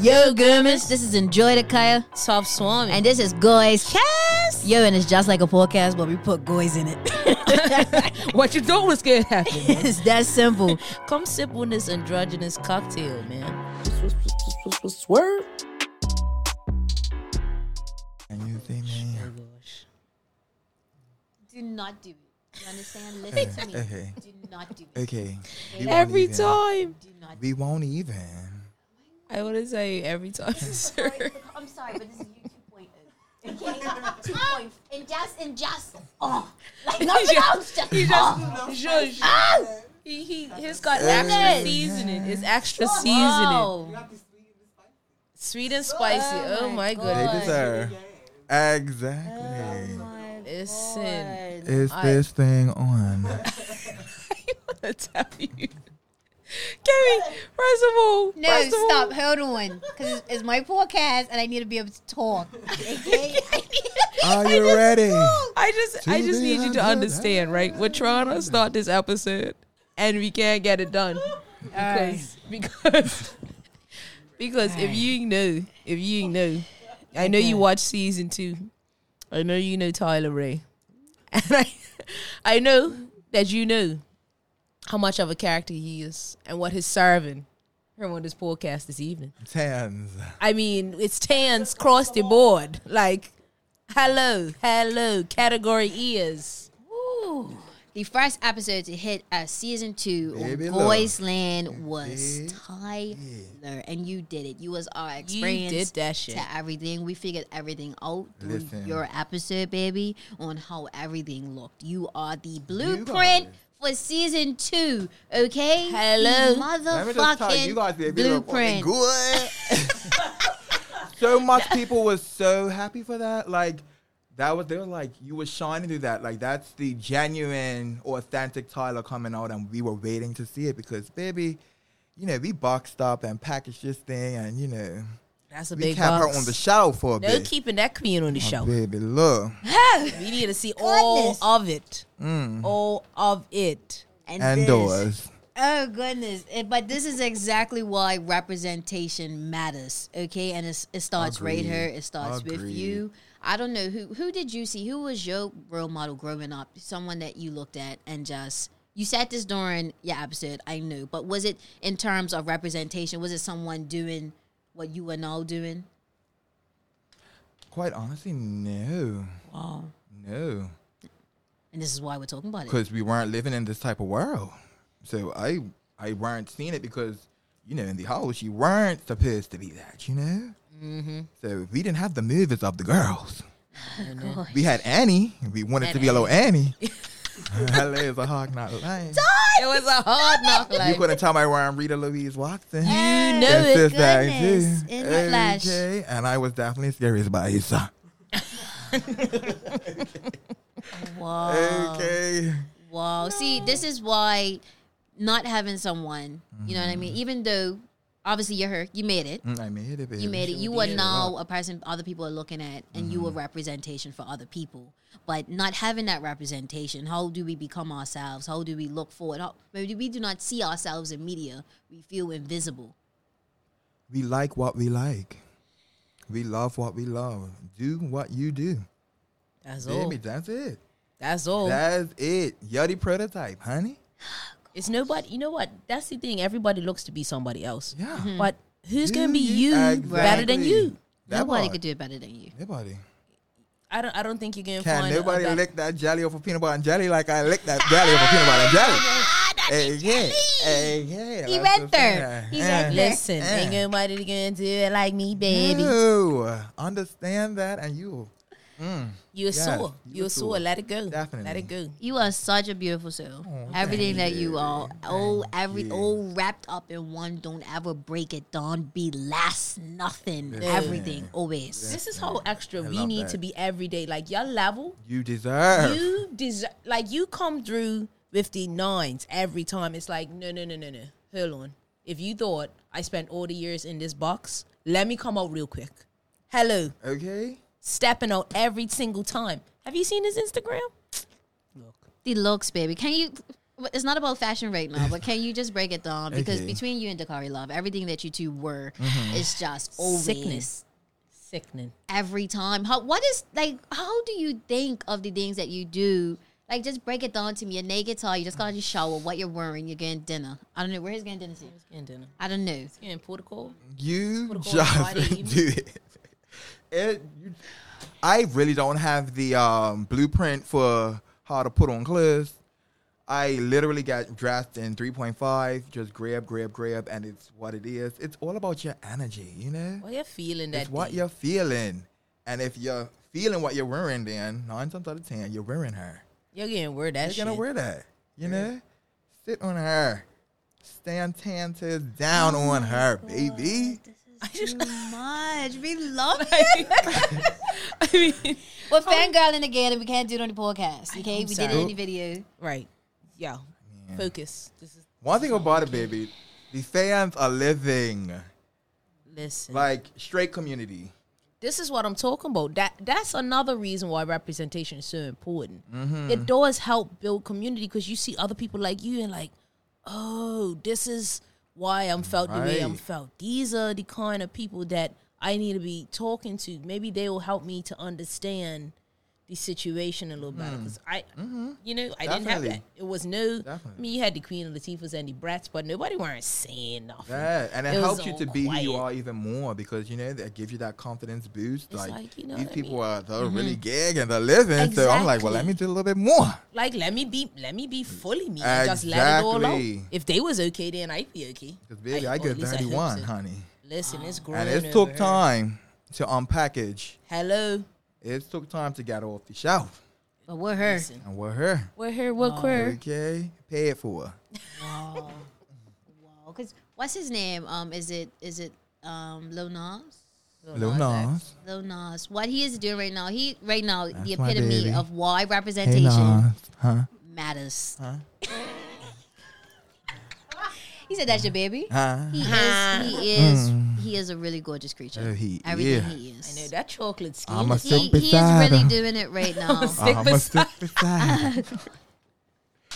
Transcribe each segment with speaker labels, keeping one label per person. Speaker 1: Yo, Gurmish, this is Enjoy the Kaya,
Speaker 2: Soft Swami.
Speaker 1: and this is Goy's Cast. Yo, and it's just like a podcast, but we put Goy's in it.
Speaker 2: what you doing was good happening. man.
Speaker 1: it's that simple.
Speaker 2: Come sip on this androgynous cocktail, man.
Speaker 3: Swerve. And you think, man,
Speaker 1: Do not do it. You understand? Listen to me.
Speaker 3: okay,
Speaker 1: Do not do it.
Speaker 3: okay. We won't
Speaker 2: Every
Speaker 3: even.
Speaker 2: time.
Speaker 1: Do not.
Speaker 3: We won't even.
Speaker 2: I want to say every time. sir.
Speaker 1: I'm sorry, but this is oh. you 2.0. Okay? and just, and just, oh. Like,
Speaker 2: nothing else,
Speaker 1: just, oh.
Speaker 2: he just, Zhuzh. Ah! He, he, his got extra seasoning. It's extra seasoning. Sweet and spicy. Oh, my
Speaker 3: They
Speaker 2: goodness.
Speaker 3: deserve. Exactly.
Speaker 2: Listen.
Speaker 3: Is this thing on?
Speaker 2: I want to tell you. Gary, first of all.
Speaker 4: No,
Speaker 2: first of all-
Speaker 4: stop. Hold on. Because it's, it's my podcast and I need to be able to talk. Okay?
Speaker 3: Are you ready?
Speaker 2: I just I just need you to understand, right? We're trying to start this episode and we can't get it done. Because because because if you ain't know, if you ain't know, I know you watch season two. I know you know Tyler Ray. And I I know that you know how much of a character he is and what he's serving her on this podcast this evening.
Speaker 3: Tans.
Speaker 2: I mean, it's tans cross the board. Like, hello, hello, category E is.
Speaker 4: Ooh. The first episode to hit uh, season two
Speaker 3: Baby
Speaker 4: on
Speaker 3: love.
Speaker 4: Boys Land was
Speaker 3: did.
Speaker 4: Tyler, and you did it. You was our
Speaker 2: You
Speaker 4: experience
Speaker 2: did that shit.
Speaker 4: to everything. We figured everything out through
Speaker 3: Listen.
Speaker 4: your episode, baby, on how everything looked. You are the blueprint for season two, okay?
Speaker 2: Hello.
Speaker 4: The
Speaker 3: Let me just tell
Speaker 4: motherfucking
Speaker 3: you, you guys did
Speaker 4: blueprint.
Speaker 3: good. so much people were so happy for that. Like that was they were like you were shining through that. Like that's the genuine, authentic Tyler coming out, and we were waiting to see it because baby, you know we boxed up and packaged this thing, and you know
Speaker 2: That's a
Speaker 3: we
Speaker 2: big
Speaker 3: kept
Speaker 2: box.
Speaker 3: her on the shelf for a
Speaker 2: no
Speaker 3: bit.
Speaker 2: keeping that queen on the
Speaker 3: Oh,
Speaker 2: show.
Speaker 3: baby, look,
Speaker 2: We need to see all
Speaker 4: Goodness.
Speaker 2: of it.
Speaker 3: Mm.
Speaker 2: All of it.
Speaker 3: and
Speaker 4: this.
Speaker 3: doors.
Speaker 4: Oh goodness! Eh, but this is exactly why representation matters. Okay, and it's, it starts right
Speaker 3: Agreed.
Speaker 4: here. It starts with
Speaker 3: Agreed.
Speaker 4: you. I don't know who who did you see? Who was your role model growing up? Someone that you looked at and just you said this during your episode. I know, but was it in terms of representation? Was it someone doing what you were now doing?
Speaker 3: Quite honestly, no,
Speaker 4: Wow!
Speaker 3: no.
Speaker 4: And this is why we're talking about it.
Speaker 3: because we weren't living in this type of world. So I I weren't seeing it because you know in the house you weren't supposed to be that you know.
Speaker 2: Mm-hmm.
Speaker 3: So we didn't have the movies of the girls. We had Annie. We wanted to be a little Annie. Hello, it's a hog not lying.
Speaker 2: It was a hard knock
Speaker 3: You
Speaker 2: life.
Speaker 3: couldn't tell me where I'm Rita Louise Watson.
Speaker 2: You know
Speaker 3: That's
Speaker 2: it.
Speaker 3: just that I
Speaker 4: goodness,
Speaker 3: do.
Speaker 4: in the flesh.
Speaker 3: Okay, And I was definitely scariest by Issa.
Speaker 4: Wow!
Speaker 3: Okay.
Speaker 4: Wow. See, this is why not having someone, you know
Speaker 3: Mm-hmm.
Speaker 4: what I mean? Even though obviously you're her, you made it.
Speaker 3: Mm, I made it, baby.
Speaker 4: You made it. You are now a person other people are looking at and you a
Speaker 3: Mm-hmm.
Speaker 4: representation for other people. But not having that representation, how do we become ourselves? How do we look forward? How maybe we do not see ourselves in media. We feel invisible.
Speaker 3: We like what we like. We love what we love. Do what you do.
Speaker 2: That's all.
Speaker 4: Oh.
Speaker 3: Baby, that's it.
Speaker 2: That's all.
Speaker 3: That's it. You're the prototype, honey.
Speaker 2: It's nobody. You know what? That's the thing. Everybody looks to be somebody else.
Speaker 3: Yeah.
Speaker 4: Mm-hmm.
Speaker 3: Mhm.
Speaker 2: But who's going to be
Speaker 3: Do
Speaker 2: you better than
Speaker 3: exactly.
Speaker 2: you?
Speaker 3: That
Speaker 4: Nobody
Speaker 3: part.
Speaker 4: could do it better than you.
Speaker 3: Nobody.
Speaker 2: I don't. I don't think you're going to
Speaker 3: Can
Speaker 2: find. a- a
Speaker 3: nobody
Speaker 2: better-
Speaker 3: lick that jelly off a peanut butter and jelly like I licked that jelly off a peanut butter and jelly?
Speaker 4: Ah,
Speaker 3: Hey, yeah. Hey, yeah.
Speaker 4: He
Speaker 3: That's
Speaker 4: went
Speaker 3: the thing.
Speaker 4: there. He
Speaker 3: Yeah.
Speaker 4: went there.
Speaker 2: Listen,
Speaker 3: Eh.
Speaker 2: ain't nobody going to do it like me, baby.
Speaker 3: No. Understand that and you.
Speaker 2: You're
Speaker 3: Yes,
Speaker 2: sore.
Speaker 3: you
Speaker 2: You're
Speaker 3: were
Speaker 2: sore.
Speaker 3: sore.
Speaker 2: Let it go.
Speaker 3: Definitely.
Speaker 2: Let it go.
Speaker 4: You are such a beautiful
Speaker 3: Oh,
Speaker 4: soul. Everything that you are, all every all wrapped up in one. Don't ever break it down. Be less, nothing, everything, always.
Speaker 2: This is how extra we
Speaker 3: love
Speaker 2: need
Speaker 3: that.
Speaker 2: to be every day. Like your level,
Speaker 3: You deserve.
Speaker 2: you deserve. Like you come through with the nines every time. It's like no, no, no, no, no. Hold on. If you thought I spent all the years in this box, let me come out real quick. Hello,
Speaker 3: Okay?
Speaker 2: stepping out every single time. Have you seen his Instagram? Look,
Speaker 4: The looks, baby. Can you? but it's not about fashion right now, but can you just break it down? Because
Speaker 3: Okay.
Speaker 4: between you and Dakari Love, everything that you two were is just over.
Speaker 2: Sickness. Sickening.
Speaker 4: every time. How what is like how do you think of the things that you do? Like just break it down to me. You're naked tall, you just got out of your shower, what you're wearing, you're getting dinner. I don't know. Where is getting dinner to?
Speaker 2: And dinner.
Speaker 4: I don't know.
Speaker 2: Getting political.
Speaker 3: You
Speaker 2: What a
Speaker 3: just
Speaker 2: Friday evening.
Speaker 3: do it. It- you- I really don't have the um, blueprint for how to put on clothes. I literally got dressed in 3.5, just grab, grab, grab, and it's what it is. It's all about your energy, you know?
Speaker 2: What you're feeling that
Speaker 3: It's what
Speaker 2: day.
Speaker 3: you're feeling. And if you're feeling what you're wearing, then nine times out of ten, you're wearing her.
Speaker 2: You're getting word that
Speaker 3: You're
Speaker 2: shit.
Speaker 3: gonna wear that. You know? Sit on her. Stand ten toes down on her, baby.
Speaker 4: Much. We love it.
Speaker 5: I mean,
Speaker 4: We're fangirling again and we can't do it on the podcast. Okay. We did it in
Speaker 3: sorry.
Speaker 4: the video.
Speaker 2: right. Yeah. Focus. This is
Speaker 3: One thing about it, baby, the fans are living
Speaker 2: listen.
Speaker 3: like straight community.
Speaker 2: This is what I'm talking about. That that's another reason why representation is so important.
Speaker 3: Mm-hmm.
Speaker 2: It does help build community because you see other people like you and like, oh, this is why I'm felt the way I'm
Speaker 3: Right.
Speaker 2: felt. These are the kind of people that I need to be talking to. Maybe they will help me to understand the situation a little better because I, you know, I didn't have
Speaker 3: Mm. Mm-hmm. Definitely.
Speaker 2: that. It was no. I
Speaker 3: Definitely.
Speaker 2: mean, you had the Queen of Latifahs and the Brats, but nobody weren't saying nothing.
Speaker 3: Yeah, and it,
Speaker 2: It was
Speaker 3: helps you
Speaker 2: all
Speaker 3: to be who you
Speaker 2: quiet.
Speaker 3: are even more because you know that gives you that confidence boost.
Speaker 2: It's
Speaker 3: like,
Speaker 2: like, you know what
Speaker 3: these
Speaker 2: I mean? mm-hmm.
Speaker 3: people are they're really gig and they're living. So I'm like, well, let me do a little bit more.
Speaker 2: like let me be let me be fully me and just let it all out.
Speaker 3: Exactly.
Speaker 2: If they was okay, then I'd be okay.
Speaker 3: Because baby,
Speaker 2: Right,
Speaker 3: I
Speaker 2: or at
Speaker 3: get
Speaker 2: least I hope
Speaker 3: 31,
Speaker 2: so.
Speaker 3: honey,
Speaker 2: Listen, it's growing.
Speaker 3: and it
Speaker 2: over
Speaker 3: took
Speaker 2: here.
Speaker 3: time to unpackage.
Speaker 2: Hello,
Speaker 3: It took time to get off the shelf,
Speaker 4: But we're her.
Speaker 3: and we're her.
Speaker 2: we're here. We're queer.
Speaker 3: Okay, pay it for. her.
Speaker 4: Because what's his name? Um is it is it um Lil Nas?
Speaker 3: Lil Nas,
Speaker 4: Lil Nas. What he is doing right now, he right now the
Speaker 3: my
Speaker 4: epitome
Speaker 3: baby.
Speaker 4: of why
Speaker 3: hey
Speaker 4: representation
Speaker 3: Nas, huh?
Speaker 4: matters.
Speaker 3: Huh?
Speaker 4: He said that's your baby.
Speaker 3: Huh?
Speaker 4: He is. He is. He is a really gorgeous creature.
Speaker 3: Oh, he
Speaker 4: Everything
Speaker 3: is.
Speaker 4: he
Speaker 2: I know
Speaker 4: is.
Speaker 2: that chocolate skin.
Speaker 3: I'm a
Speaker 2: is-
Speaker 3: sick
Speaker 4: He, he is
Speaker 3: beside
Speaker 4: really
Speaker 3: him.
Speaker 4: doing it right now.
Speaker 2: Stick
Speaker 5: Uh-huh.
Speaker 3: I'm a stick beside.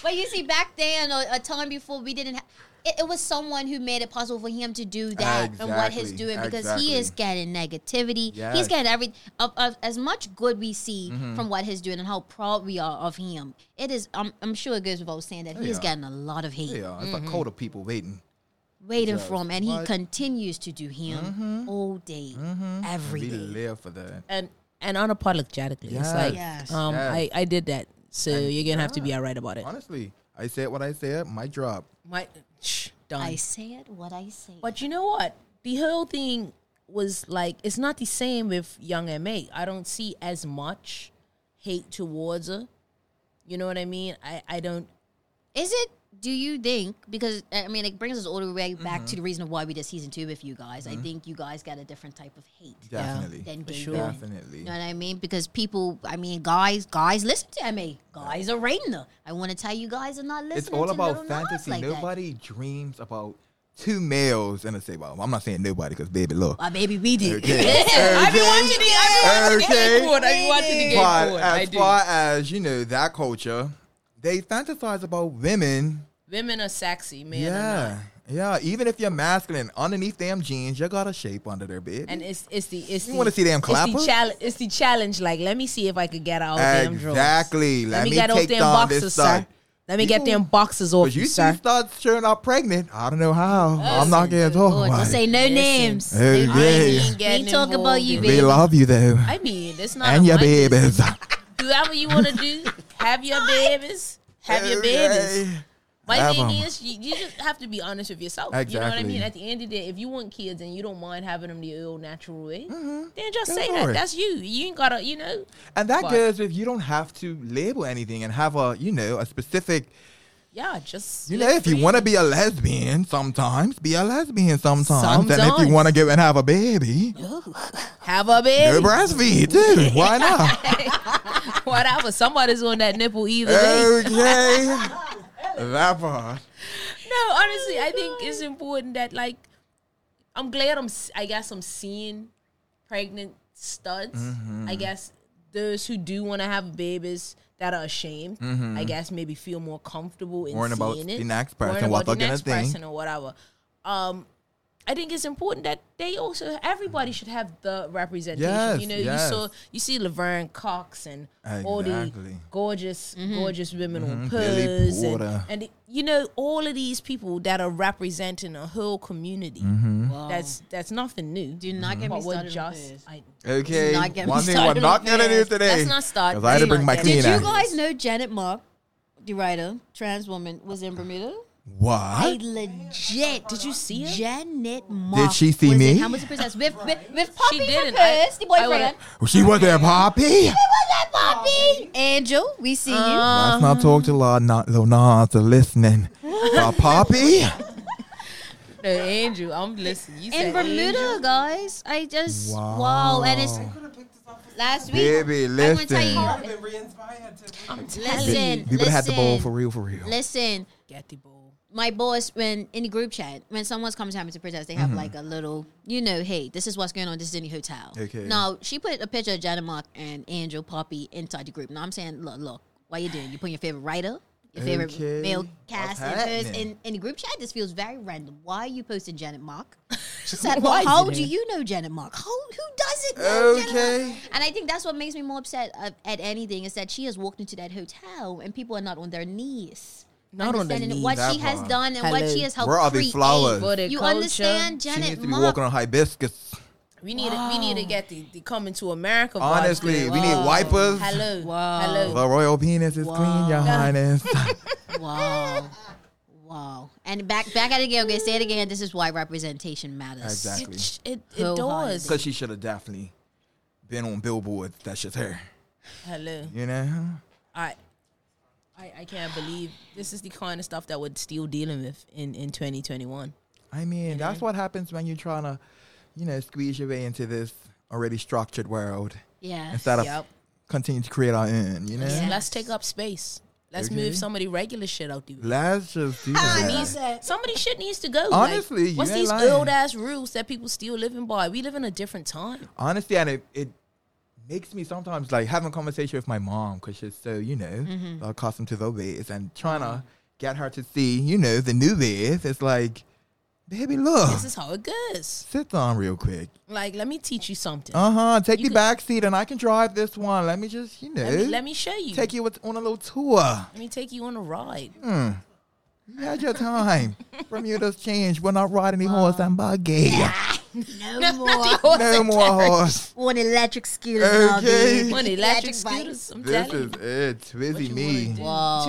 Speaker 4: but you see, back then, a, a time before, we didn't. Ha- it, it was someone who made it possible for him to do that and what he's
Speaker 3: Exactly,
Speaker 4: doing because he is getting negativity. He's
Speaker 3: Yes. Mm-hmm.
Speaker 4: getting every of, of as much good we see from what he's doing and how proud we are of him. It is. I'm, I'm sure it goes without saying that he's
Speaker 3: Yeah.
Speaker 4: getting a lot of hate.
Speaker 3: yeah, it's
Speaker 5: Mm-hmm.
Speaker 3: a cult of people waiting.
Speaker 4: waiting
Speaker 3: Just
Speaker 4: for him, and he
Speaker 3: like- Mm-hmm.
Speaker 4: continues to do him all day, every
Speaker 3: We
Speaker 4: day.
Speaker 3: live for that.
Speaker 2: and and unapologetically, it's like
Speaker 4: Yes.
Speaker 2: um,
Speaker 3: Yes.
Speaker 2: I I did that. So you're gonna have to be alright about it.
Speaker 3: Honestly, I said what I said. My drop.
Speaker 2: My shh, done.
Speaker 4: I said what I say.
Speaker 2: But you know what? The whole thing was like it's not the same with Young Ma. I don't see as much hate towards her. You know what I mean? I I don't.
Speaker 4: Is it? Do you think? Because I mean, it brings us all the way back
Speaker 3: Mm-hmm.
Speaker 4: to the reason of why we did season two with you guys. I think you guys got a different type of hate
Speaker 3: Definitely.
Speaker 4: than gay
Speaker 2: sure.
Speaker 4: women.
Speaker 3: Definitely.
Speaker 4: You know what I mean? Because people, I mean, guys, guys, listen to MA. Guys are rating her. I want to tell you guys are not listening.
Speaker 3: it's all
Speaker 4: to
Speaker 3: about
Speaker 4: Lil Nas
Speaker 3: fantasy.
Speaker 4: Like That.
Speaker 3: nobody dreams about two males in a say. Well, I'm not saying nobody because baby, look.
Speaker 4: Well, baby, Uh, we did.
Speaker 3: Okay.
Speaker 5: I've been watching the I've been watching the
Speaker 3: Okay.
Speaker 5: gay porn. I've been watching the gay
Speaker 3: But
Speaker 5: porn. I
Speaker 3: as
Speaker 5: do.
Speaker 3: far as you know, that culture, they fantasize about women.
Speaker 2: Women are sexy, man.
Speaker 3: yeah, yeah. Even if you're masculine, underneath them jeans, you got a shape under there, baby.
Speaker 2: And it's it's the it's
Speaker 3: You
Speaker 2: the,
Speaker 3: wanna see them
Speaker 2: It's
Speaker 3: clappers?
Speaker 2: the, challenge, it's the challenge. Like, let me see if I could get out Oh, damn drawers.
Speaker 3: exactly. Let,
Speaker 2: Let, me
Speaker 3: me,
Speaker 2: get off
Speaker 3: take
Speaker 2: them
Speaker 3: down
Speaker 2: boxes,
Speaker 3: this
Speaker 2: sir.
Speaker 3: side.
Speaker 2: Let me get
Speaker 3: You-
Speaker 2: them boxes off
Speaker 3: But
Speaker 2: you,
Speaker 3: you see,
Speaker 2: sir.
Speaker 3: start showing up pregnant. I don't know how. I'm not gonna talk
Speaker 4: Oh,
Speaker 3: about
Speaker 4: don't
Speaker 3: it.
Speaker 4: say no names.
Speaker 3: Hey,
Speaker 4: No
Speaker 3: yeah.
Speaker 4: names.
Speaker 2: Getting
Speaker 4: We talk about
Speaker 2: involved
Speaker 4: you,
Speaker 2: in-
Speaker 4: baby.
Speaker 3: We love you though,
Speaker 2: I mean, it's not
Speaker 3: and
Speaker 2: a
Speaker 3: your
Speaker 2: money.
Speaker 3: babies.
Speaker 2: Do whatever you want to do. Have your babies. Have your babies.
Speaker 3: Okay.
Speaker 2: My
Speaker 3: Have
Speaker 2: thing
Speaker 3: 'em.
Speaker 2: is, you, you just have to be honest with yourself. You know what I
Speaker 3: Exactly.
Speaker 2: mean? At the end of the day, if you want kids and you don't mind having them the old natural way, then just
Speaker 3: Mm-hmm. Go
Speaker 2: say
Speaker 3: for
Speaker 2: that.
Speaker 3: it.
Speaker 2: That's you. You ain't gotta, you know.
Speaker 3: And that
Speaker 2: But-
Speaker 3: goes if you don't have to label anything and have a, you know, a specific,
Speaker 2: Yeah, just
Speaker 3: you know, if you want to be a lesbian sometimes, be a lesbian sometimes. And if
Speaker 2: Sometimes.
Speaker 3: you want to go and have a baby,
Speaker 2: have a
Speaker 3: go
Speaker 2: baby,
Speaker 3: breastfeed too. Why not?
Speaker 2: whatever. Somebody's on that nipple either way.
Speaker 3: okay. That part.
Speaker 2: No, honestly, I think it's important that like
Speaker 3: Mm-hmm.
Speaker 2: I'm glad I'm s- I guess I'm seeing pregnant studs. I guess those who do want to have babies that are ashamed, I guess maybe feel more comfortable in
Speaker 3: Mm-hmm. Worrying about
Speaker 2: seeing it,
Speaker 3: the next
Speaker 2: worrying
Speaker 3: person, what
Speaker 2: about the
Speaker 3: they're gonna
Speaker 2: next
Speaker 3: think.
Speaker 2: person or whatever. Um, I think it's important that they also everybody should have the representation.
Speaker 3: Yes,
Speaker 2: you know, you
Speaker 3: yes.
Speaker 2: saw you see Laverne Cox and all the
Speaker 3: Exactly. Mm-hmm.
Speaker 2: gorgeous, gorgeous women on
Speaker 3: Billy
Speaker 2: Pose and,
Speaker 3: Porter.
Speaker 2: and the- you know all of these people that are representing a whole community.
Speaker 3: Mm-hmm.
Speaker 2: That's that's nothing new.
Speaker 4: Do not get
Speaker 2: But
Speaker 4: me
Speaker 2: we're
Speaker 4: started. on
Speaker 2: just-
Speaker 4: this.
Speaker 2: I-
Speaker 3: Okay.
Speaker 4: not get me
Speaker 3: One thing we're
Speaker 4: started
Speaker 3: not
Speaker 4: on
Speaker 3: gonna do
Speaker 4: this.
Speaker 3: today.
Speaker 2: Let's not start.
Speaker 3: Because I had to
Speaker 2: Let's
Speaker 3: bring
Speaker 2: not
Speaker 3: my
Speaker 2: get-
Speaker 3: clean
Speaker 4: Did you
Speaker 3: out.
Speaker 4: guys know Janet Mock, the writer, trans woman, was in Bermuda? I
Speaker 3: What?
Speaker 4: legit.
Speaker 2: Did you see it?
Speaker 4: Janet Mock.
Speaker 3: she see
Speaker 4: was in
Speaker 3: me?
Speaker 4: Hamilton Princess with with, with Poppy from
Speaker 2: didn't. I-
Speaker 4: Purse, the
Speaker 2: I
Speaker 4: boyfriend.
Speaker 2: would've-
Speaker 3: She was there,
Speaker 4: Uh,
Speaker 3: Poppy.
Speaker 4: Hi, Poppy. Angel, we see you.
Speaker 3: Let's not talk to Lil Nas. Lil Nas are listening. Uh, Poppy.
Speaker 5: No, Andrew, I'm listening. You
Speaker 4: in
Speaker 5: said
Speaker 4: Bermuda,
Speaker 5: Andrew.
Speaker 4: guys. I just wow, and it's
Speaker 3: Wow.
Speaker 4: last week.
Speaker 3: Baby,
Speaker 4: I wanna tell
Speaker 3: listen.
Speaker 4: you,
Speaker 6: been re-inspired to
Speaker 4: listen,
Speaker 3: you better
Speaker 4: listen,
Speaker 3: have the ball for real, for real.
Speaker 4: listen.
Speaker 2: Get the ball.
Speaker 4: My boss, when in the group chat, when someone's coming to me to protest, they have like a little, you know, hey, this is what's going on. This is any hotel.
Speaker 3: Okay.
Speaker 4: Now she put a picture of Janet Mock and Angel Poppy inside the group. Now I'm saying, look, look, why you doing? You put your favorite writer, your favorite
Speaker 3: Okay.
Speaker 4: male
Speaker 3: What's
Speaker 4: cast in, hers
Speaker 3: happening?
Speaker 4: in in the group chat. This feels very random. Why are you posting Janet Mock? She said,
Speaker 2: Why
Speaker 4: well,
Speaker 2: is
Speaker 4: how
Speaker 2: it
Speaker 4: do
Speaker 2: here?
Speaker 4: you know Janet Mock? How, who doesn't know Janet
Speaker 3: Okay.
Speaker 4: Mock? And I think that's what makes me more upset of, at anything is that she has walked into that hotel and people are not on their knees.
Speaker 2: Not on their
Speaker 4: understanding
Speaker 2: knees.
Speaker 4: What
Speaker 3: That
Speaker 4: she has
Speaker 3: part.
Speaker 4: done and what
Speaker 2: Hello.
Speaker 4: she has helped
Speaker 3: Where are the
Speaker 4: create.
Speaker 3: flowers?
Speaker 2: For the
Speaker 4: You
Speaker 2: culture.
Speaker 4: understand,
Speaker 3: She needs
Speaker 4: Janet
Speaker 3: to be
Speaker 4: Mock.
Speaker 3: walking on hibiscus.
Speaker 2: We need to we need to get the, the coming to America. vibes
Speaker 3: Honestly,
Speaker 2: going.
Speaker 3: we need wipers.
Speaker 2: Hello,
Speaker 4: Wow.
Speaker 2: hello.
Speaker 3: The royal penis is clean, your highness.
Speaker 4: Wow. Wow. And back back at it again. Okay, say it again. This is why representation matters.
Speaker 3: Exactly.
Speaker 2: It it, it
Speaker 4: Wholehearted.
Speaker 2: does.
Speaker 3: Because she should have definitely been on billboards. That's just her.
Speaker 2: Hello,
Speaker 3: You know?
Speaker 2: I, I I can't believe this is the kind of stuff that we're still dealing with in in 2021.
Speaker 3: I mean, that's what happens when you're trying to, you know, squeeze your way into this already structured world
Speaker 4: Yeah.
Speaker 3: instead of
Speaker 2: Yep.
Speaker 3: continuing to create our own, you know?
Speaker 4: Yeah.
Speaker 2: Let's take up space. Let's
Speaker 3: Okay.
Speaker 2: move some of the regular shit out the way.
Speaker 3: Let's just do
Speaker 2: Ah,
Speaker 3: that.
Speaker 2: Somebody shit needs to go.
Speaker 3: Honestly,
Speaker 2: like,
Speaker 3: you
Speaker 2: what's
Speaker 3: ain't
Speaker 2: these
Speaker 3: lying.
Speaker 2: old ass rules that people still living by? We live in a different time.
Speaker 3: Honestly, and it, it makes me sometimes like having a conversation with my mom because she's so, you know,
Speaker 2: Mm-hmm.
Speaker 3: accustomed to the ways and trying to get her to see, you know, the new ways. It's like, baby, look,
Speaker 2: This is how it goes.
Speaker 3: sit down real quick.
Speaker 2: Like, let me teach you something.
Speaker 3: Uh huh. Take
Speaker 2: You
Speaker 3: the
Speaker 2: could-
Speaker 3: back seat and I can drive this one. Let me just, you know,
Speaker 2: let, me, let me show you.
Speaker 3: eh? take you with- on a little tour.
Speaker 2: let me take you on a ride.
Speaker 3: You had your time. Bermuda's changed. We're not riding the horse and buggy.
Speaker 4: No more
Speaker 3: No more horse.
Speaker 4: on electric scooters. and all
Speaker 3: Okay.
Speaker 4: these
Speaker 2: One electric
Speaker 4: bikes.
Speaker 2: scooters. I'm
Speaker 3: This
Speaker 2: telling
Speaker 3: is it. Twizzy me.
Speaker 4: Wow.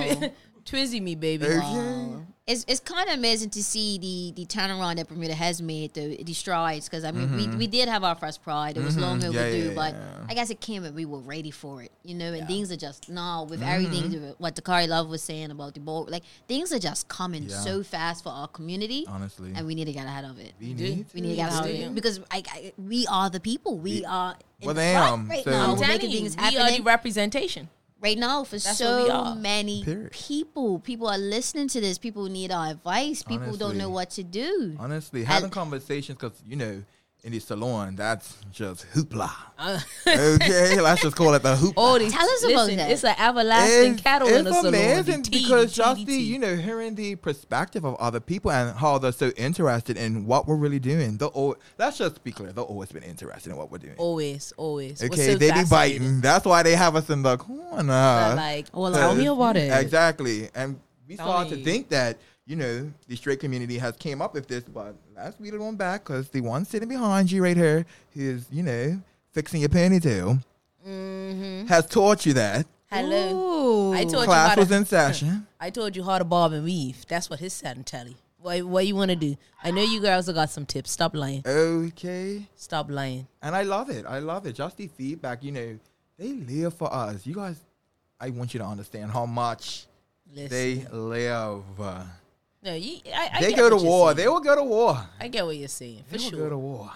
Speaker 2: you. Twizzy me, baby.
Speaker 3: Okay.
Speaker 4: It's, it's kind of amazing to see the, the turnaround that Bermuda has made, the, the strides, because I mean, we, we did have our first pride. It was long
Speaker 3: Mm-hmm. Yeah,
Speaker 4: overdue,
Speaker 3: yeah,
Speaker 4: but
Speaker 3: yeah.
Speaker 4: I guess it came and we were ready for it, you know, and things are just, now with
Speaker 3: Mm-hmm.
Speaker 4: everything, what Dakari Love was saying about the ball, like things are just coming
Speaker 3: Yeah.
Speaker 4: so fast for our community,
Speaker 3: Honestly.
Speaker 4: and we need to get ahead of it.
Speaker 3: We
Speaker 2: do.
Speaker 3: need
Speaker 4: We need to
Speaker 3: to.
Speaker 4: get out of
Speaker 2: Yeah.
Speaker 4: it because I, I, we are the people. We are in
Speaker 3: Well,
Speaker 4: the
Speaker 3: they am,
Speaker 4: front right
Speaker 3: so-
Speaker 4: now.
Speaker 2: I'm
Speaker 3: We're
Speaker 2: telling
Speaker 4: making
Speaker 2: you,
Speaker 4: things
Speaker 2: we are the
Speaker 4: happen
Speaker 2: representation.
Speaker 4: right now for
Speaker 2: That's what we
Speaker 4: so
Speaker 2: are.
Speaker 4: many
Speaker 3: Period.
Speaker 4: people. People are listening to this. People need our advice. People don't
Speaker 3: Honestly.
Speaker 4: know what to do.
Speaker 3: Honestly, having conversations because, you know, in the salon, that's just hoopla.
Speaker 2: Uh,
Speaker 3: Okay, let's just call it the hoopla.
Speaker 2: all these,
Speaker 4: Tell us about
Speaker 2: listen,
Speaker 4: that.
Speaker 2: It's an everlasting
Speaker 3: It's-
Speaker 2: cattle in
Speaker 3: it's
Speaker 2: the salon. The
Speaker 3: amazing
Speaker 2: tea,
Speaker 3: because
Speaker 2: the
Speaker 3: y'all
Speaker 2: tea, the
Speaker 3: see,
Speaker 2: tea.
Speaker 3: you know, hearing the perspective of other people and how they're so interested in what we're really doing. They're all, let's just be clear, they've always been interested in what we're doing.
Speaker 2: always, always. We're
Speaker 3: Okay,
Speaker 2: so
Speaker 3: they be
Speaker 2: fascinated.
Speaker 3: biting. That's why they have us in the
Speaker 2: But,
Speaker 3: corner.
Speaker 2: like,
Speaker 5: Well, tell me about it.
Speaker 3: Exactly, and we
Speaker 5: Tell
Speaker 3: start to
Speaker 5: me.
Speaker 3: think that you know the straight community has came up with this, but let's beat it on back because the one sitting behind you right here, who is you know fixing your ponytail, has taught you that
Speaker 2: hello.
Speaker 5: Ooh.
Speaker 2: I told Mm-hmm. you how
Speaker 3: class was
Speaker 2: to,
Speaker 3: in session.
Speaker 2: I told you how to bob and weave. That's what his said and tell you. What, what you want to do? I know you girls have got some tips. Stop lying.
Speaker 3: Okay.
Speaker 2: Stop lying.
Speaker 3: And I love it. I love it. Just the feedback, you know, they live for us. You guys, I want you to understand how much
Speaker 2: Listen.
Speaker 3: they live.
Speaker 2: no, you, I, I
Speaker 3: they
Speaker 2: get
Speaker 3: go to
Speaker 2: what you're
Speaker 3: war.
Speaker 2: saying.
Speaker 3: They will go to war.
Speaker 2: I get what you're saying for
Speaker 3: they will go
Speaker 2: sure.
Speaker 3: to war.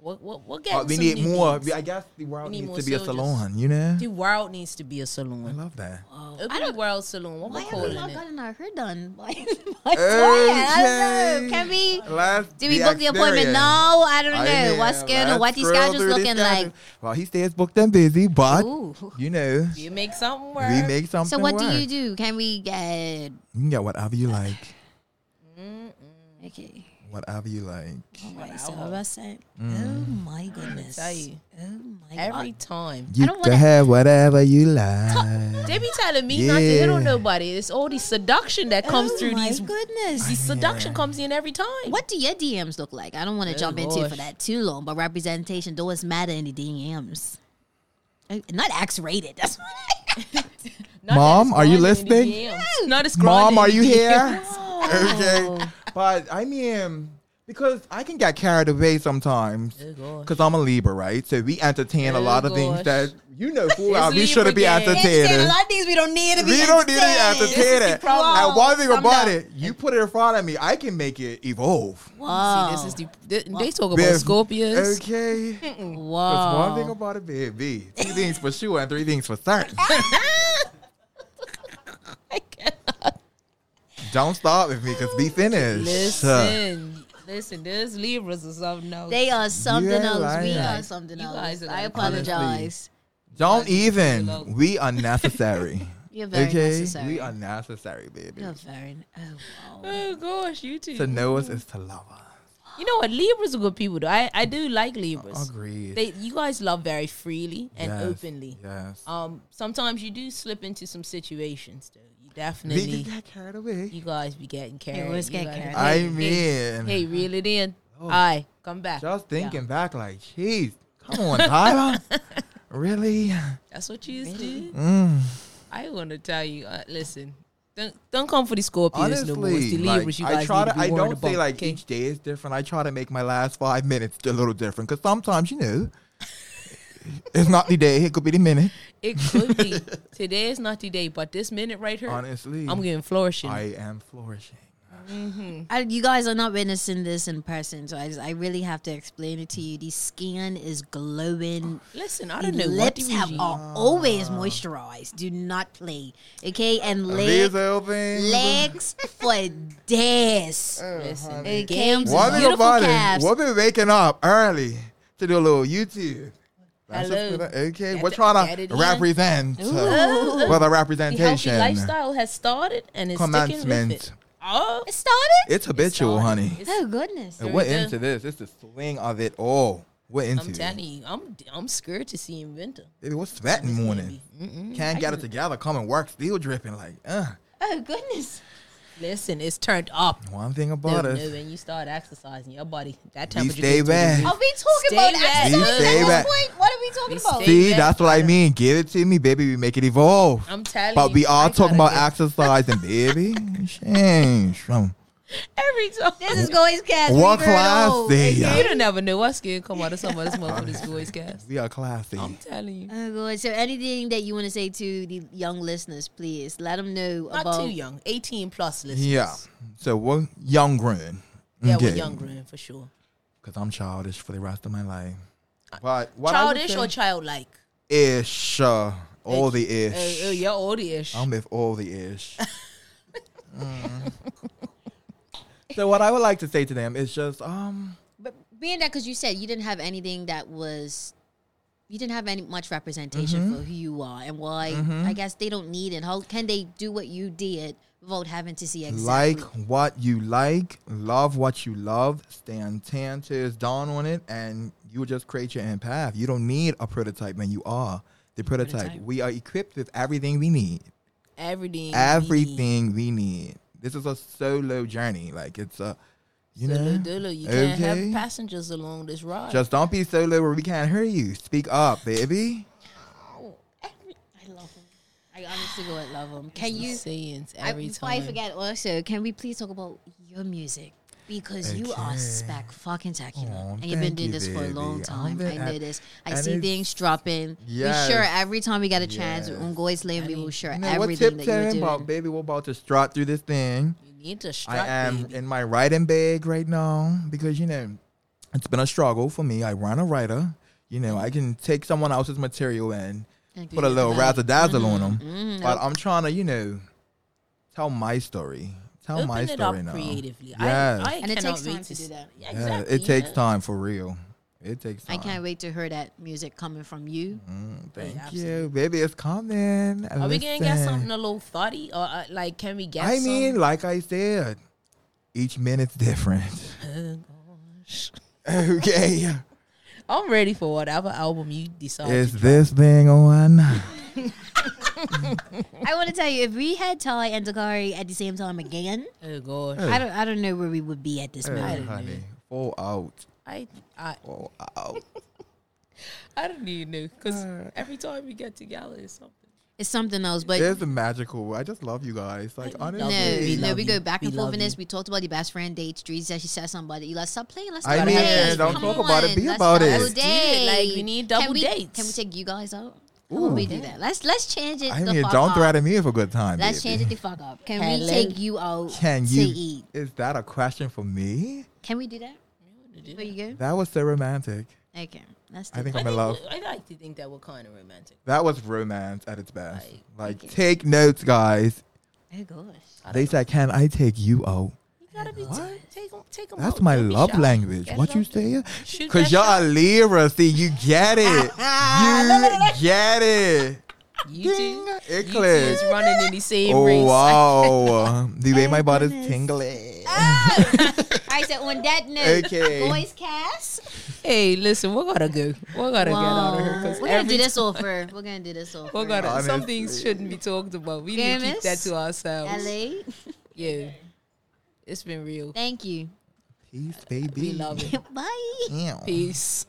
Speaker 2: We'll, we'll, we'll get.
Speaker 3: Uh, we
Speaker 2: some
Speaker 3: need
Speaker 2: new
Speaker 3: more.
Speaker 2: things.
Speaker 3: We- I guess the world
Speaker 2: We need
Speaker 3: needs
Speaker 2: more
Speaker 3: to be a
Speaker 2: soldiers.
Speaker 3: salon. You know,
Speaker 2: The world needs to be a
Speaker 3: I
Speaker 2: salon.
Speaker 3: love that.
Speaker 2: Open the world salon. What
Speaker 4: Why
Speaker 2: we
Speaker 4: have we
Speaker 2: calling
Speaker 4: not
Speaker 2: it?
Speaker 4: gotten our hair done? By, by I
Speaker 3: Okay.
Speaker 4: don't know. Can we?
Speaker 3: Let's
Speaker 4: Did we
Speaker 3: be
Speaker 4: book the appointment?
Speaker 3: experience.
Speaker 4: No, I don't know.
Speaker 3: I know.
Speaker 4: What's going on?
Speaker 3: Let's
Speaker 4: What these
Speaker 3: scroll
Speaker 4: schedules
Speaker 3: through these
Speaker 4: looking like?
Speaker 3: schedules. Well, he stays booked and busy, but
Speaker 4: Ooh.
Speaker 3: you know,
Speaker 2: You make something work.
Speaker 3: we make something.
Speaker 4: So what
Speaker 3: work.
Speaker 4: do you do? Can we get?
Speaker 3: You can get whatever you like.
Speaker 4: Okay.
Speaker 3: Whatever you like.
Speaker 4: All right. So I was saying, oh my goodness.
Speaker 2: tell you.
Speaker 4: Oh my
Speaker 2: Every
Speaker 4: god.
Speaker 2: time.
Speaker 3: You
Speaker 4: don't
Speaker 3: can
Speaker 4: wanna-
Speaker 3: have whatever you like.
Speaker 2: They be telling me not to hit on
Speaker 3: Yeah.
Speaker 2: nobody. It's all the seduction that comes
Speaker 4: oh
Speaker 2: through
Speaker 4: my
Speaker 2: these.
Speaker 4: goodness.
Speaker 2: The seduction comes in every time.
Speaker 4: What do your DMs look like? I don't want to jump into it for
Speaker 2: gosh.
Speaker 4: that too long, but representation does matter in the DMs. Uh, Not X rated. That's what
Speaker 2: Not that
Speaker 3: Mom,
Speaker 2: it's
Speaker 3: are
Speaker 2: going in
Speaker 3: you
Speaker 2: the
Speaker 3: listening?
Speaker 2: DMs. Not as
Speaker 3: Mom,
Speaker 2: grinding
Speaker 3: are
Speaker 2: in
Speaker 3: you
Speaker 2: the
Speaker 3: here?
Speaker 2: DMs.
Speaker 3: okay. But I mean, because I can get carried away sometimes.
Speaker 2: Oh, gosh.
Speaker 3: Because I'm a Libra, right? So we entertain a
Speaker 2: Oh,
Speaker 3: lot of
Speaker 2: gosh.
Speaker 3: things that you know full well we
Speaker 2: Libra
Speaker 3: shouldn't be
Speaker 2: gang.
Speaker 4: Saying a
Speaker 3: entertaining.
Speaker 4: lot of things we don't need to be.
Speaker 3: We don't need to be
Speaker 4: entertaining.
Speaker 3: entertaining.
Speaker 2: problem.
Speaker 3: And one thing
Speaker 2: Calm
Speaker 3: about
Speaker 2: down.
Speaker 3: it, you put it in front of me, I can make it evolve.
Speaker 4: Wow.
Speaker 2: See, this is the, they, they talk about
Speaker 3: With-
Speaker 2: Scorpios.
Speaker 3: Okay. Because
Speaker 4: Wow.
Speaker 3: one thing about it, baby, two things for sure and three things for certain.
Speaker 2: I cannot.
Speaker 3: Don't start with me because we finished.
Speaker 2: Listen, listen, there's Libras or something. No,
Speaker 4: They are something
Speaker 3: You
Speaker 4: else. We
Speaker 3: lying.
Speaker 4: are something
Speaker 2: You
Speaker 4: else.
Speaker 2: guys are
Speaker 4: I
Speaker 2: like-
Speaker 4: apologize.
Speaker 3: Don't even. We are necessary.
Speaker 4: You're very
Speaker 3: okay?
Speaker 4: necessary.
Speaker 3: We are necessary, baby.
Speaker 4: You're very. Oh wow.
Speaker 2: oh gosh, you too.
Speaker 3: To know us is to love us.
Speaker 2: you know what? Libras are good people. Though. I I do like Libras.
Speaker 3: Agreed.
Speaker 2: They you guys love very freely and
Speaker 3: Yes,
Speaker 2: openly.
Speaker 3: Yes.
Speaker 2: Um, sometimes you do slip into some situations though. You
Speaker 3: we can
Speaker 2: definitely
Speaker 3: get carried away.
Speaker 2: you guys be getting carried.
Speaker 4: always
Speaker 2: You
Speaker 4: get
Speaker 2: guys-
Speaker 4: carried.
Speaker 3: I
Speaker 2: Hey, hey,
Speaker 3: mean,
Speaker 2: hey, reel it in. I come back.
Speaker 3: just
Speaker 2: Yeah.
Speaker 3: thinking back, like, jeez, come on, Tyler. really?
Speaker 2: That's what you used to do.
Speaker 3: Mm.
Speaker 2: I want to tell you. Uh, listen, don't don't come for the Scorpios no more. It's
Speaker 3: Honestly,
Speaker 2: the
Speaker 3: like,
Speaker 2: Libras. you guys
Speaker 3: I try
Speaker 2: need
Speaker 3: to.
Speaker 2: to. be
Speaker 3: I
Speaker 2: warned
Speaker 3: don't
Speaker 2: about,
Speaker 3: say like
Speaker 2: okay?
Speaker 3: each day is different. I try to make my last five minutes a little different because sometimes you know, it's not the day. It could be the minute.
Speaker 2: It could be. Today is not the day, but this minute right here,
Speaker 3: Honestly,
Speaker 2: I'm getting flourishing.
Speaker 3: I am flourishing.
Speaker 4: I, you guys are not witnessing this in person, so I just I really have to explain it to you. The skin is glowing.
Speaker 2: Listen, I
Speaker 4: The
Speaker 2: don't know what
Speaker 4: lips
Speaker 2: do
Speaker 4: have
Speaker 2: you
Speaker 4: are always moisturized. Do not play, okay? And
Speaker 3: These
Speaker 4: legs,
Speaker 3: open.
Speaker 4: legs for days.
Speaker 2: listen.
Speaker 4: Okay,
Speaker 3: One thing
Speaker 4: beautiful
Speaker 3: about
Speaker 4: calves.
Speaker 3: it, we've been waking up early to do a little YouTube. That's just
Speaker 2: Hello.
Speaker 3: what I- okay,
Speaker 2: Get
Speaker 3: we're
Speaker 2: the-
Speaker 3: trying
Speaker 2: get it
Speaker 3: to
Speaker 2: in.
Speaker 3: represent uh, for the
Speaker 2: The healthy
Speaker 3: representation.
Speaker 2: lifestyle has started and it's sticking with it.
Speaker 3: Commencement.
Speaker 2: Oh,
Speaker 4: It started.
Speaker 3: It's habitual,
Speaker 2: started.
Speaker 3: honey.
Speaker 2: It's-
Speaker 4: Oh goodness.
Speaker 3: And
Speaker 2: we
Speaker 3: we're
Speaker 2: do.
Speaker 3: into this. It's the swing of it all. We're into
Speaker 2: I'm
Speaker 3: it.
Speaker 2: telling you, I'm I'm scared to see him winter.
Speaker 3: Baby, what's sweating morning? Can't get it together. Come and work, still dripping. Like, uh.
Speaker 4: Oh goodness.
Speaker 2: Listen, it's turned up.
Speaker 3: One thing
Speaker 2: No,
Speaker 3: about
Speaker 2: no,
Speaker 3: us,
Speaker 2: when you start exercising, your body that
Speaker 3: we
Speaker 2: temperature.
Speaker 3: stay
Speaker 2: goes to the
Speaker 3: back.
Speaker 2: roof.
Speaker 4: Are we talking
Speaker 2: Stay
Speaker 4: about
Speaker 2: back.
Speaker 4: exercise
Speaker 3: We
Speaker 4: at
Speaker 3: stay
Speaker 4: this
Speaker 3: back.
Speaker 4: point? What are we talking
Speaker 2: We
Speaker 4: about?
Speaker 2: stay-
Speaker 3: See,
Speaker 2: back.
Speaker 3: that's what I mean. Give it to me, baby. We make it evolve.
Speaker 2: I'm telling you,
Speaker 3: But we
Speaker 2: I
Speaker 3: are talking about
Speaker 2: gotta
Speaker 3: exercising, baby. Change from
Speaker 2: get- every time.
Speaker 4: This is going cast.
Speaker 3: what
Speaker 4: We heard all.
Speaker 3: classy.
Speaker 2: you don't never know what's gonna come out of somebody's mouth with this voice, guys.
Speaker 3: We are classy.
Speaker 2: I'm telling you,
Speaker 4: Oh god. So anything that you want to say to the young listeners, please let them know
Speaker 2: not
Speaker 4: about.
Speaker 2: too young, 18 plus. Listeners.
Speaker 3: Yeah. So we're young grown.
Speaker 2: yeah, we're young, grown for sure.
Speaker 3: Because I'm childish for the rest of my life. But what I would
Speaker 2: Uh, Childish
Speaker 3: say-
Speaker 2: or childlike?
Speaker 3: ish. Uh, all the
Speaker 2: Uh,
Speaker 3: ish.
Speaker 2: uh, you're oldish.
Speaker 3: I'm with all the ish. Mm. So what I would like to say to them is just um
Speaker 4: But being that, because you said you didn't have anything that was, you didn't have any much representation
Speaker 3: Mm-hmm.
Speaker 4: for who you are and why. I guess they don't need it. How can they do what you did without having to see exactly?
Speaker 3: like what you like, love what you love, stand tan tears down on it, and you just create your own path. You don't need a prototype man. you are the prototype. We are equipped with everything we need.
Speaker 2: Everything.
Speaker 3: Everything we need. This is a solo journey. Like it's a you
Speaker 2: Dolo,
Speaker 3: know
Speaker 2: dolo. You can't
Speaker 3: Okay.
Speaker 2: have passengers along this ride.
Speaker 3: Just don't be solo where we can't hear you. Speak up, baby.
Speaker 4: I love them. I honestly would love them. Can you?
Speaker 2: saying
Speaker 4: I,
Speaker 2: every
Speaker 4: before
Speaker 2: time.
Speaker 4: I forget, also, can we please talk about your music? Because you are
Speaker 3: Okay.
Speaker 4: spec fucking tacular,
Speaker 3: Aw,
Speaker 4: and you've been
Speaker 3: Oh, thank
Speaker 4: doing
Speaker 3: you,
Speaker 4: this for a long
Speaker 3: baby.
Speaker 4: time.
Speaker 3: I've
Speaker 4: I
Speaker 3: been
Speaker 4: know
Speaker 3: at-
Speaker 4: this. I
Speaker 3: and
Speaker 4: see
Speaker 3: it's-
Speaker 4: things dropping.
Speaker 3: Yes.
Speaker 4: We sure every time we got a chance,
Speaker 3: Yes.
Speaker 4: on Goy's Lane, we will share
Speaker 3: You know, we're
Speaker 4: everything that you're
Speaker 3: tiptoeing
Speaker 4: doing.
Speaker 3: about, baby. We're about to strut through this thing.
Speaker 2: You need to strike.
Speaker 3: I am
Speaker 2: baby.
Speaker 3: in my writing bag right now because you know it's been a struggle for me. I run a writer. You know, I can take someone else's material and
Speaker 4: And
Speaker 3: put a
Speaker 4: do
Speaker 3: little
Speaker 4: that.
Speaker 3: razzle dazzle on
Speaker 2: Mm-hmm.
Speaker 3: them. But I'm trying to, you know, tell my story. Tell
Speaker 2: Open
Speaker 3: my
Speaker 2: it
Speaker 3: story
Speaker 2: up
Speaker 3: now.
Speaker 2: creatively.
Speaker 3: Yes.
Speaker 2: I, I
Speaker 4: And it
Speaker 2: cannot
Speaker 4: takes
Speaker 2: wait
Speaker 4: time to
Speaker 2: s-
Speaker 4: do that.
Speaker 2: Yeah,
Speaker 3: Yeah,
Speaker 2: exactly.
Speaker 3: it takes
Speaker 2: yeah.
Speaker 3: time for real. It takes
Speaker 4: I
Speaker 3: time.
Speaker 4: can't wait to hear that music coming from you.
Speaker 3: Thank you,
Speaker 2: absolutely.
Speaker 3: baby. It's coming.
Speaker 2: Are we gonna get something a little thotty or uh, like can we get?
Speaker 3: I
Speaker 2: some-
Speaker 3: mean, like I said, each minute's different.
Speaker 4: Oh,
Speaker 3: okay.
Speaker 2: I'm ready for whatever album you decide.
Speaker 3: Is this thing on? Mm-hmm.
Speaker 4: I want to tell you, if we had Ty and Dakari at the same time again,
Speaker 2: oh gosh,
Speaker 4: I don't, I don't know where we would be at this moment.
Speaker 3: Hey, honey, fall out.
Speaker 2: I I
Speaker 3: Fall out.
Speaker 5: I don't even know because
Speaker 3: Uh,
Speaker 5: every time we get together, it's something.
Speaker 4: It's something else, but
Speaker 3: it's magical. I just love you guys. Like,
Speaker 4: No,
Speaker 3: honestly.
Speaker 4: we, no,
Speaker 2: love
Speaker 4: we
Speaker 2: you.
Speaker 4: go back and
Speaker 2: We
Speaker 4: forth
Speaker 2: love
Speaker 4: in this.
Speaker 2: you.
Speaker 4: We talked about the best friend dates. Drees said she said somebody. Let's stop playing. Let's
Speaker 3: I
Speaker 4: talk about
Speaker 3: mean,
Speaker 4: dates.
Speaker 3: don't
Speaker 4: Come
Speaker 3: talk about it. Be
Speaker 4: on,
Speaker 3: about
Speaker 4: let's
Speaker 3: it.
Speaker 4: double
Speaker 2: Let's do it. Like, we
Speaker 4: date.
Speaker 2: need
Speaker 4: Can
Speaker 2: double
Speaker 4: we-
Speaker 2: dates.
Speaker 4: Can we take you guys out? How about we do that? Let's let's change it.
Speaker 3: I
Speaker 4: the
Speaker 3: mean,
Speaker 4: fuck
Speaker 3: don't
Speaker 4: up.
Speaker 3: threaten me for a good time.
Speaker 4: Let's
Speaker 3: baby.
Speaker 4: change it the fuck up. Can we
Speaker 2: Hello.
Speaker 4: take you out
Speaker 3: Can
Speaker 4: to
Speaker 3: you?
Speaker 4: eat?
Speaker 3: Is that a question for me?
Speaker 4: Can we do that? There you
Speaker 3: That was so romantic.
Speaker 4: go. Okay, let's do
Speaker 3: I
Speaker 4: it.
Speaker 3: think
Speaker 2: I
Speaker 3: I'm in
Speaker 2: think
Speaker 3: love.
Speaker 2: I like to think that we're kind of romantic.
Speaker 3: That was romance at its best. Like, take notes, guys.
Speaker 4: Oh gosh.
Speaker 3: They said, "Can I take you out?"
Speaker 2: You gotta be t- take 'em- take 'em
Speaker 3: That's
Speaker 2: out.
Speaker 3: my
Speaker 2: Don't be
Speaker 3: love
Speaker 2: shy.
Speaker 3: language.
Speaker 2: Get
Speaker 3: what
Speaker 2: it
Speaker 3: you
Speaker 2: out
Speaker 3: say?
Speaker 2: Shoot that
Speaker 3: Cause y'all a Libra, see you get it. you get it.
Speaker 2: there. You two,
Speaker 3: Ding,
Speaker 2: you
Speaker 3: it
Speaker 2: two is
Speaker 3: clicked.
Speaker 2: running in the same
Speaker 3: Oh
Speaker 2: race.
Speaker 3: wow! the way my body's tingling.
Speaker 2: Ah.
Speaker 4: All right, so on that note,
Speaker 3: Okay.
Speaker 4: boys cast.
Speaker 5: Hey, listen, we gotta go. We gotta get out of here because
Speaker 4: We're gonna
Speaker 5: every
Speaker 4: do this over. We're gonna do this over.
Speaker 5: we gotta some
Speaker 3: Honestly.
Speaker 5: things shouldn't be talked about. We need to keep
Speaker 4: Goodness.
Speaker 5: that to ourselves.
Speaker 4: LA.
Speaker 5: Yeah, it's been real.
Speaker 4: Thank you.
Speaker 3: Peace, baby.
Speaker 5: We love it.
Speaker 4: Bye.
Speaker 3: Damn.
Speaker 5: Peace.